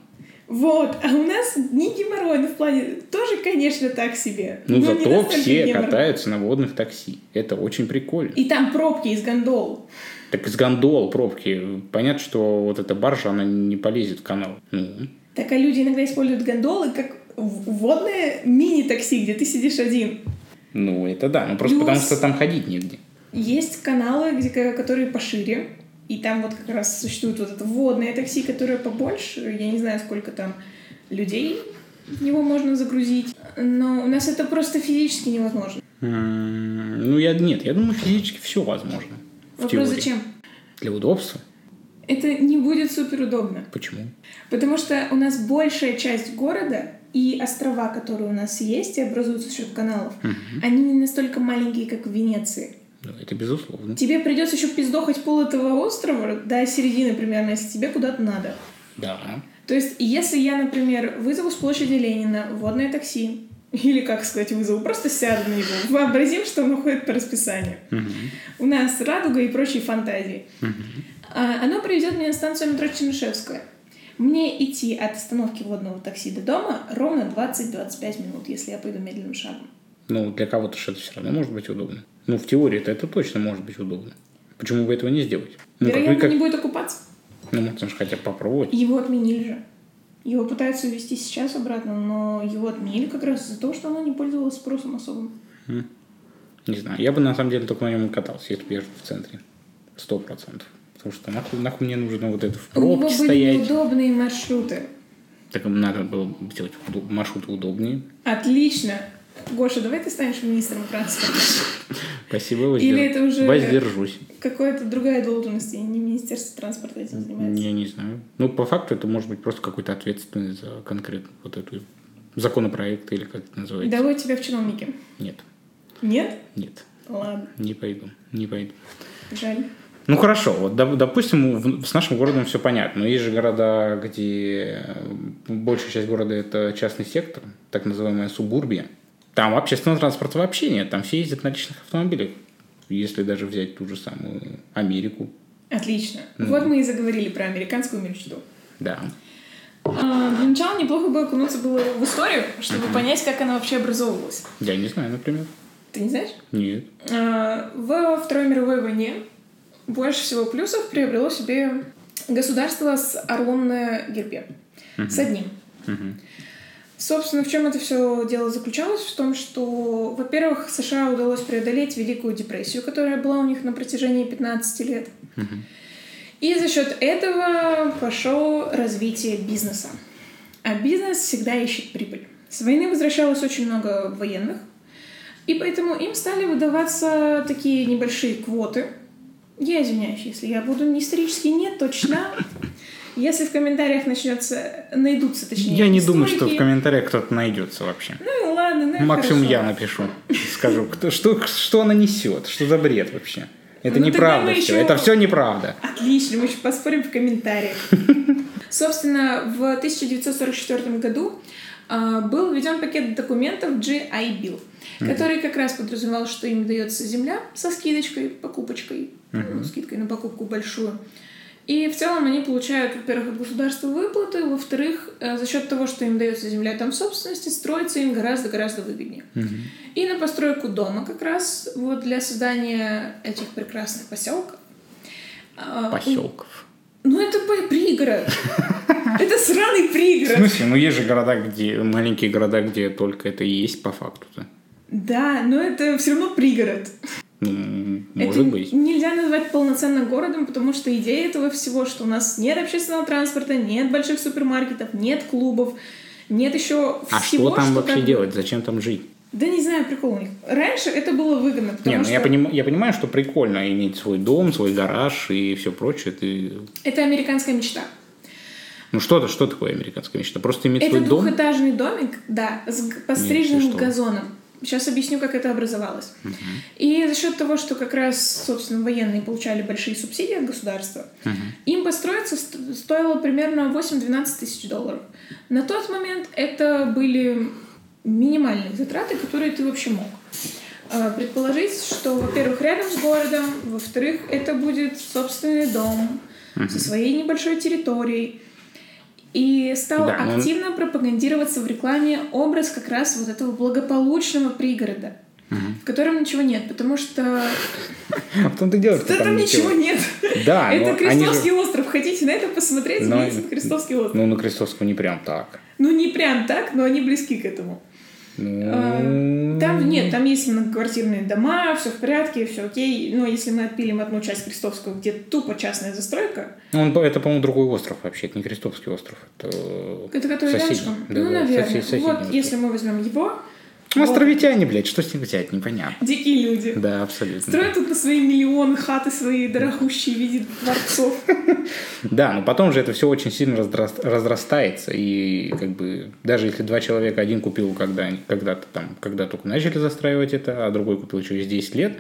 Вот, а у нас не геморрой, но в плане тоже, конечно, так себе.
Ну,
но не
зато
настолько
все
геморрой.
катаются на водных такси. Это очень прикольно.
И там пробки из гондол.
Так из гондол пробки. Понятно, что вот эта баржа, она не полезет в канал. Ну,
Так а люди иногда используют гондолы как в- водное мини-такси, где ты сидишь один.
ну это да. Ну, просто
Плюс-
потому что там ходить негде.
Есть каналы, где, ко- которые пошире, и там вот как раз существует вот это водное такси, которое побольше. Я не знаю, сколько там людей в него можно загрузить. Но у нас это просто физически невозможно.
М, Ну, я нет, я думаю, физически все возможно. В
Вопрос
теории.
зачем?
Для удобства.
Это не будет супер удобно.
Почему?
Потому что у нас большая часть города и острова, которые у нас есть и образуются за счет каналов, они не настолько маленькие, как в Венеции.
Ну, это безусловно.
Тебе придется еще пиздохать пол этого острова до середины примерно, если тебе куда-то надо.
Да.
То есть, если я, например, вызову с площади Ленина водное такси, или, как сказать, вызову, просто сяду на него, вообразим, что оно ходит по расписанию.
Мгм.
У нас радуга и прочие фантазии.
Мгм.
А, Оно приведет меня на станцию метро Чернышевская. Мне идти от остановки водного такси до дома ровно 20-25 минут, если я пойду медленным шагом.
Ну, для кого-то же это все равно может быть удобно. Ну, в теории-то это точно может быть удобно. Почему бы этого не сделать? Ну, как,
Вероятно,
вы как-
не будет окупаться.
ну, можно же хотя бы попробовать.
Его отменили же. Его пытаются увезти сейчас обратно, но его отменили как раз из-за того, что оно не пользовалось спросом особым.
Не знаю, я бы на самом деле только на нем и катался, если бы я жил в центре. Сто процентов. Потому что нахуй, нахуй мне нужно вот это в
У него
пробке
были
стоять.
неудобные маршруты.
Так им надо было сделать уд- маршрут удобнее.
Отлично. Гоша, давай ты станешь министром транспорта.
Спасибо,
Или
воздерж-
это уже-
воздержусь.
Какая-то другая должность, и не Министерство транспорта этим занимается.
Я не знаю. Ну, по факту это может быть просто какой-то ответственный за конкретно вот эту законопроект или как это называется.
Давай тебя в чиновнике.
Нет,
Нет?
нет,
Ладно,
не пойду, не пойду.
жаль.
Ну хорошо, вот доп- допустим, в- с нашим городом все понятно. Но есть же города, где э, большая часть города это частный сектор, так называемая субурбия. Там общественного транспорта вообще нет, там все ездят на личных автомобилях. Если даже взять ту же самую Америку.
Отлично.
Ну.
Вот мы и заговорили про американскую мечту.
Да.
А, для начала неплохо бы окунуться было в историю, чтобы понять, как она вообще образовывалась.
Я не знаю, например.
Ты не знаешь?
Нет.
А, Во Второй мировой войне больше всего плюсов приобрело себе государство с орлом на гербе. С одним.
Мгм.
Собственно, в чем это все дело заключалось? В том, что, во-первых, США удалось преодолеть Великую депрессию, которая была у них на протяжении 15 лет.
Мгм.
И за счет этого пошло развитие бизнеса. А бизнес всегда ищет прибыль. С войны возвращалось очень много военных, и поэтому им стали выдаваться такие небольшие квоты. Я извиняюсь, если я буду исторически не точна. Если в комментариях начнется, найдутся, точнее,
Я не думаю, что в
историки.
комментариях кто-то найдется вообще.
Ну и ладно, ну и
Максимум
хорошо.
я напишу. Скажу, кто- что, что она несет, что за бред вообще. Это
Ну, тогда
неправда
мы
все.
еще-
Это все неправда.
Отлично, мы еще поспорим в комментариях. Собственно, в 1944 году а, был введен пакет документов GI Bill, который как раз подразумевал, что им дается земля со скидочкой, покупочкой, ну, скидкой на покупку большую, И в целом они получают, во-первых, от государства выплаты, во-вторых, э, за счет того, что им дается земля там в собственности, строится им гораздо-гораздо выгоднее. И на постройку дома как раз вот для создания этих прекрасных поселков. а,
Поселков.
Ну это по- пригород. Это сраный
В
пригород.
смысле? Ну есть же города, где маленькие города, где только это и есть по факту-то.
Да, но это все равно пригород.
Ну,
это
может быть.
Нельзя назвать полноценно городом, потому что идея этого всего, что у нас нет общественного транспорта, нет больших супермаркетов, нет клубов, нет еще
А
всего,
что там вообще
как бы-
делать? Зачем там жить?
Да не знаю, прикол у них. Раньше это было выгодно, потому
Не, ну
что
я, поним- я понимаю, что прикольно иметь свой дом, свой гараж и все прочее. Ты...
это американская мечта.
Ну что то что такое американская мечта? Просто иметь
Это
свой дом?
двухэтажный домик, да, с г-
Нет,
постриженным
ты что?
газоном. Сейчас объясню, как это образовалось. И за счет того, что как раз, собственно, военные получали большие субсидии от государства,
Мгм.
им построиться ст- стоило примерно 8-12 тысяч долларов. На тот момент это были минимальные затраты, которые ты вообще мог. Э, Предположить, что, во-первых, рядом с городом, во-вторых, это будет собственный дом со своей небольшой территорией. И стал
Да, ну, но-
активно пропагандироваться в рекламе образ как раз вот этого благополучного пригорода, в котором ничего нет, потому что
А в том-то и дело,
в
что там
этом ничего нет.
Да,
это
но А, ну, они
Крестовский
же...
остров. Хотите на это посмотреть?
Но-
Есть Крестовский остров.
Ну, на Крестовского не прям так.
Ну, не прям так, но они близки к этому.
Ну...
Э, А, Там нет, там есть многоквартирные дома, все в порядке, все окей. Но если мы отпилим одну часть Крестовского, где тупо частная застройка,
Он, по- это, по-моему, другой остров вообще. Это не Крестовский остров. Это...
это который
Соседний.
рядышком.
Да,
ну,
да,
наверное.
сосед- соседний
вот
остров.
если мы возьмем его,
Ну, островитяне, блядь, что с них взять? Непонятно.
дикие люди.
Да, абсолютно.
Строят тут на свои миллионы хаты свои дорогущие в виде дворцов.
Да, но потом же это все очень сильно раздрас- разрастается. И как бы даже если два человека, один купил когда- когда-то там, когда только начали застраивать это, а другой купил через 10 лет,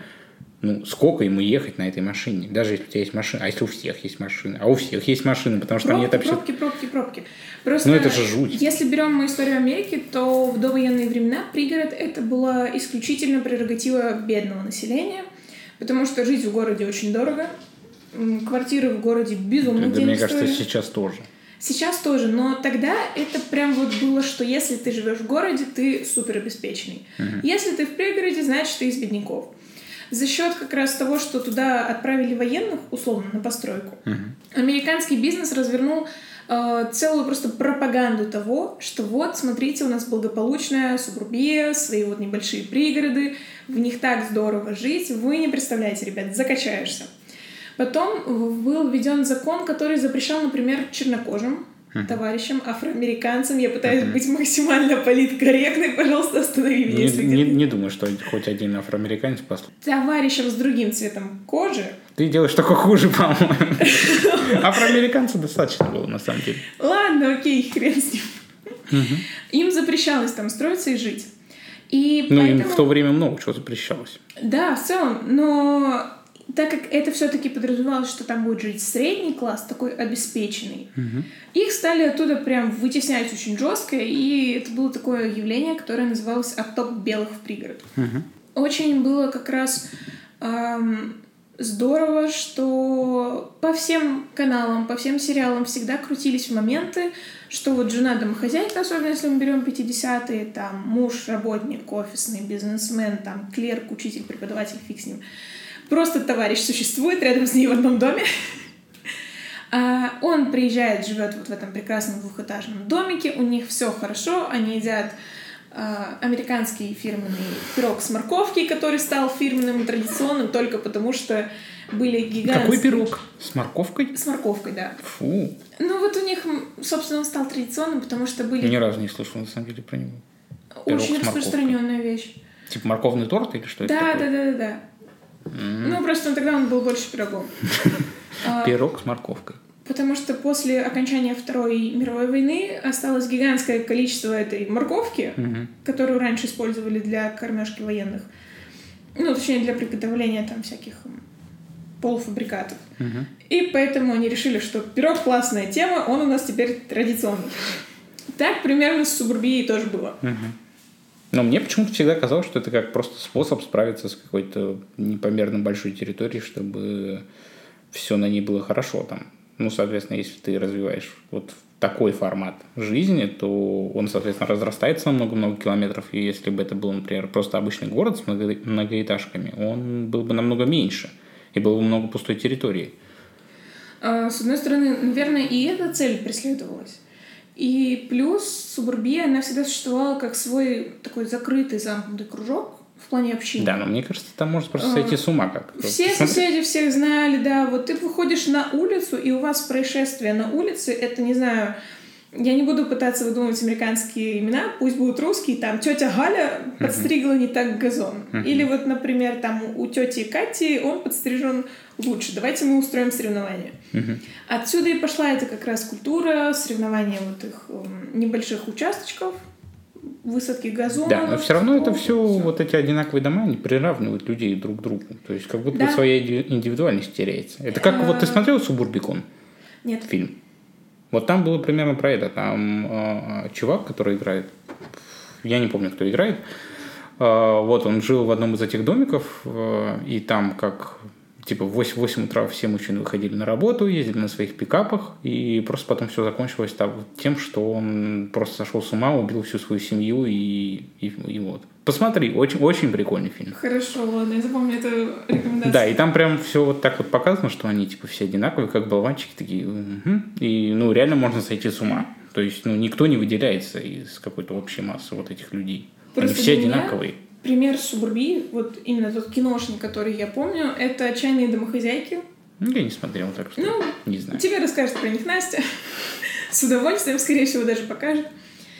ну, сколько ему ехать на этой машине? Даже если у тебя есть машина, а если у всех есть машина? А у всех есть машина, потому что они
Пробки,
это все...
пробки, пробки, пробки. Просто
Ну, это же жуть.
Если берем мы историю Америки, то в довоенные времена пригород это была исключительно прерогатива бедного населения, потому что жить в городе очень дорого, м, квартиры в городе безумно
Да,
денег
мне кажется,
стоили.
сейчас тоже.
Сейчас тоже, но тогда это прям вот было, что если ты живешь в городе, ты супер обеспеченный. Если ты в пригороде, значит ты из бедняков. За счет как раз того, что туда отправили военных, условно, на постройку,
Мгм.
американский бизнес развернул э, целую просто пропаганду того, что вот, смотрите, у нас благополучная субурбия, свои вот небольшие пригороды, в них так здорово жить, вы не представляете, ребят, закачаешься. Потом в- был введен закон, который запрещал, например, чернокожим товарищам, афроамериканцам. Я пытаюсь быть максимально политкорректной, пожалуйста, останови меня,
Не,
если
не-
где-то-
не думаю, что хоть один афроамериканец послушал.
Товарищам с другим цветом кожи.
Ты делаешь только хуже, по-моему. Афроамериканцев достаточно было, на самом деле.
Ладно, окей, хрен с ним.
Мгм.
Им запрещалось там строиться и жить. И
Ну, им
поэтому...
в то время много чего запрещалось.
Да, в целом, но так как это все-таки подразумевалось, что там будет жить средний класс, такой обеспеченный,
Мгм.
их стали оттуда прям вытеснять очень жестко, и это было такое явление, которое называлось отток белых в пригород.
Мгм.
Очень было как раз эм, здорово, что по всем каналам, по всем сериалам всегда крутились моменты, что вот жена домохозяйка, особенно если мы берем 50-е, там муж, работник, офисный, бизнесмен, там клерк, учитель, преподаватель, фиг с ним. Просто товарищ существует рядом с ней в одном доме. А, Он приезжает, живет вот в этом прекрасном двухэтажном домике, у них все хорошо, они едят а, американский фирменный пирог с морковки, который стал фирменным и традиционным только потому, что были гигантские...
Какой пирог? С морковкой?
С морковкой, да.
Фу,
Ну вот у них, м, собственно, он стал традиционным, потому что были
ни разу не слышал, на самом деле, про него. пирог с
очень
морковкой.
распространенная вещь.
Типа морковный торт или что это
Да, да,
такое?
да, да, да.
М,
Ну просто тогда он был больше пирогом. А,
Пирог с морковкой.
Потому что после окончания Второй мировой войны осталось гигантское количество этой морковки,
Мгм.
которую раньше использовали для кормежки военных. Ну, точнее, для приготовления там всяких м, полуфабрикатов.
Мгм.
И поэтому они решили, что пирог классная тема, он у нас теперь традиционный. Так примерно с субурбией тоже было.
Мгм. Но мне почему-то всегда казалось, что это как просто способ справиться с какой-то непомерно большой территорией, чтобы все на ней было хорошо там. Ну, соответственно, если ты развиваешь вот такой формат жизни, то он, соответственно, разрастается на много-много километров. И если бы это был, например, просто обычный город с много- многоэтажками, он был бы намного меньше и было бы много пустой территории.
А, С одной стороны, наверное, и эта цель преследовалась. И плюс субурбия, она всегда существовала как свой такой закрытый замкнутый кружок в плане общения.
Да, но мне кажется, там может просто
Э,
сойти с ума как.
Все соседи всех знали, да. Вот ты выходишь на улицу, и у вас происшествие на улице. Это, не знаю, я не буду пытаться выдумывать американские имена, пусть будут русские. Там тетя Галя подстригла не так газон.
Мгм.
Или вот, например, там у тети Кати он подстрижен лучше. Давайте мы устроим соревнование.
Мгм.
Отсюда и пошла эта как раз культура соревнования вот их эм, небольших участочков, высадки газонов.
Да, но все равно это
цветов,
все,
всё.
вот эти одинаковые дома, они приравнивают людей друг к другу. То есть как будто
Да.
бы своя иди- индивидуальность теряется. Это как, вот ты
Э,
смотрел «Субурбикон»
Нет,
фильм? Вот там было примерно про это. Там э, чувак, который играет, я не помню, кто играет, Э, вот он жил в одном из этих домиков, э, и там как типа в 8, 8 утра все мужчины выходили на работу, ездили на своих пикапах, и просто потом все закончилось там тем, что он просто сошел с ума, убил всю свою семью и, и, и вот. Посмотри, очень, очень прикольный фильм.
Хорошо, ладно, я запомню эту рекомендацию.
Да, и там прям все вот так вот показано, что они типа все одинаковые, как болванчики такие. мгм. И ну реально можно сойти с ума. То есть ну никто не выделяется из какой-то общей массы вот этих людей.
Просто
они все
для меня-
одинаковые.
Пример субурби, вот именно тот киношник, который я помню, это «Отчаянные домохозяйки».
Ну, я не смотрел, так что
Ну,
не знаю.
тебе расскажет про них Настя. С удовольствием, скорее всего, даже покажет.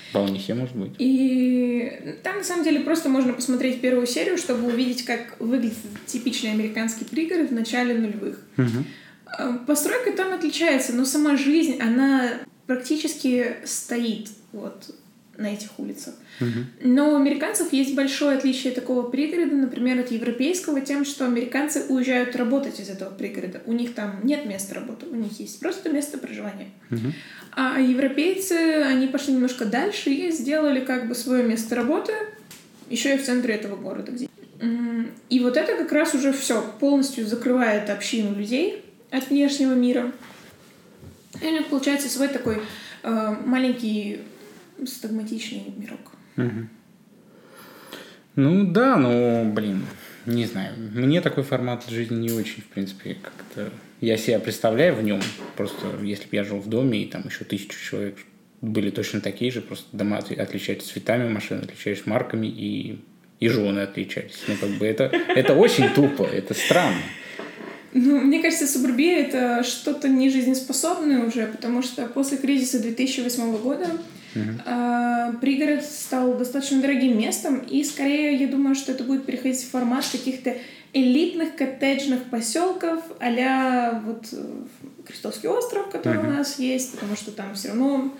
Вполне себе может быть.
И там, на самом деле, просто можно посмотреть первую серию, чтобы увидеть, как выглядит типичный американский пригород в начале нулевых. Э, Постройка там отличается, но сама жизнь, она практически стоит вот на этих улицах. Но у американцев есть большое отличие такого пригорода, например, от европейского, тем, что американцы уезжают работать из этого пригорода. У них там нет места работы, у них есть просто место проживания. А европейцы, они пошли немножко дальше и сделали как бы свое место работы еще и в центре этого города. где- М, И вот это как раз уже все полностью закрывает общину людей от внешнего мира. И у них получается свой такой э, маленький стагматичный мирок.
Ну да, но, блин, не знаю. Мне такой формат жизни не очень, в принципе, как-то... Я себя представляю в нем. Просто если бы я жил в доме, и там еще тысячу человек были точно такие же, просто дома от- отличались цветами, машины отличались марками, и, и жены отличались. Ну, как бы это, это очень тупо, это странно.
Ну, мне кажется, субурбия — это что-то нежизнеспособное уже, потому что после кризиса 2008 года
Мгм.
э, пригород стал достаточно дорогим местом, и скорее, я думаю, что это будет переходить в формат каких-то элитных коттеджных поселков а вот э, Крестовский остров, который у
Мгм.
нас есть, потому что там все равно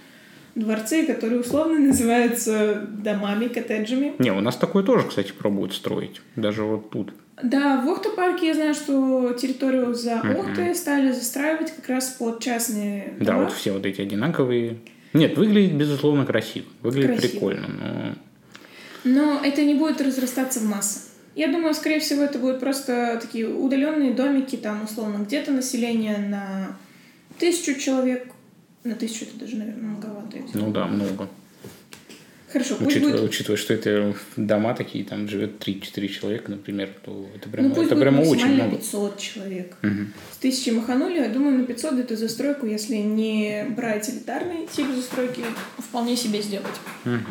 дворцы, которые условно называются домами, коттеджами.
Не, у нас такое тоже, кстати, пробуют строить. Даже вот тут.
Да, в Охта-парке я знаю, что территорию за
Мгм.
Охтой стали застраивать как раз под частные
Да,
дома.
вот все вот эти одинаковые. Нет, выглядит, безусловно, красиво. Выглядит
Красиво.
прикольно, но...
Но это не будет разрастаться в массы. Я думаю, скорее всего, это будут просто такие удаленные домики, там, условно, где-то население на тысячу человек. На тысячу это даже, наверное, многовато. я не знаю.
Ну да, много.
Хорошо, пусть
Учитывая,
будет...
учитывая, что это дома такие, там живет 3-4 человека, например, то это прямо,
Ну, пусть
это
будет
прямо очень
максимально
много.
500 человек.
Мгм.
С тысячи маханули, я думаю, на 500 эту застройку, если не брать элитарный тип застройки, вполне себе сделать.
Мгм.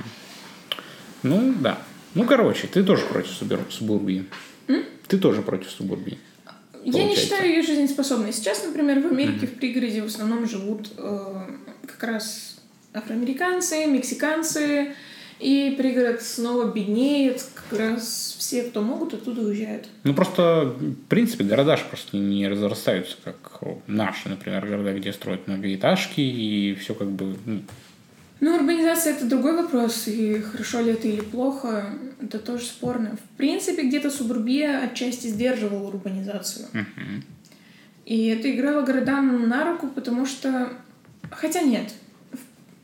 Ну да. Ну, короче, ты тоже против субер- субурбии. Ты тоже против субурбии.
Я не
Получается.
считаю ее жизнеспособной. Сейчас, например, в Америке в пригороде в основном живут э, как раз афроамериканцы, мексиканцы, и пригород снова беднеет, как раз все, кто могут, оттуда уезжают.
Ну, просто, в принципе, города ж просто не разрастаются, как наши, например, города, где строят многоэтажки, и все как бы... ну,
Ну, урбанизация это другой вопрос, и хорошо ли это или плохо, это тоже спорно. В принципе, где-то субурбия отчасти сдерживала урбанизацию.
мгм.
И это играло городам на руку, потому что... Хотя нет.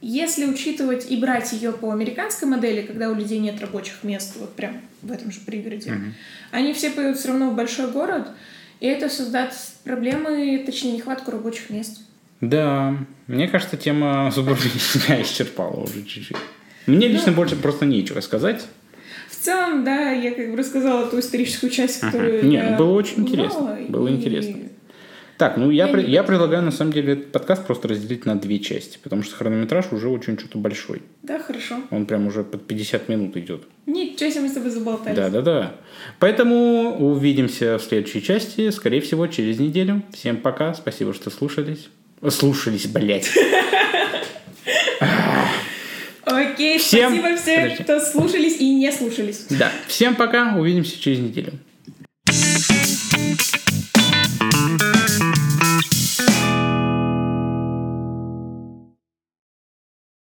Если учитывать и брать ее по американской модели, когда у людей нет рабочих мест, вот прям в этом же пригороде,
Мгм.
они все поедут все равно в большой город, и это создаст проблемы, точнее, нехватку рабочих мест.
Да, мне кажется, тема субурбии себя исчерпала уже чуть-чуть. Мне лично больше просто нечего сказать.
В целом, да, я как бы рассказала ту историческую часть,
Ага.
которую
Нет,
я
было очень
узнала,
интересно, было
и-
интересно. Так, ну я,
Я
пре-
не
я предлагаю на самом деле этот подкаст просто разделить на две части, потому что хронометраж уже очень что-то большой.
Да, хорошо.
Он прям уже под 50 минут идет.
Ничего себе мы с тобой заболтались.
Да, да, да. Поэтому увидимся в следующей части, скорее всего, через неделю. Всем пока. Спасибо, что слушались. Э, Слушались, блядь.
Окей,
Всем-
спасибо всем,
Подожди.
кто слушались и не слушались.
Да. Всем пока. Увидимся через неделю.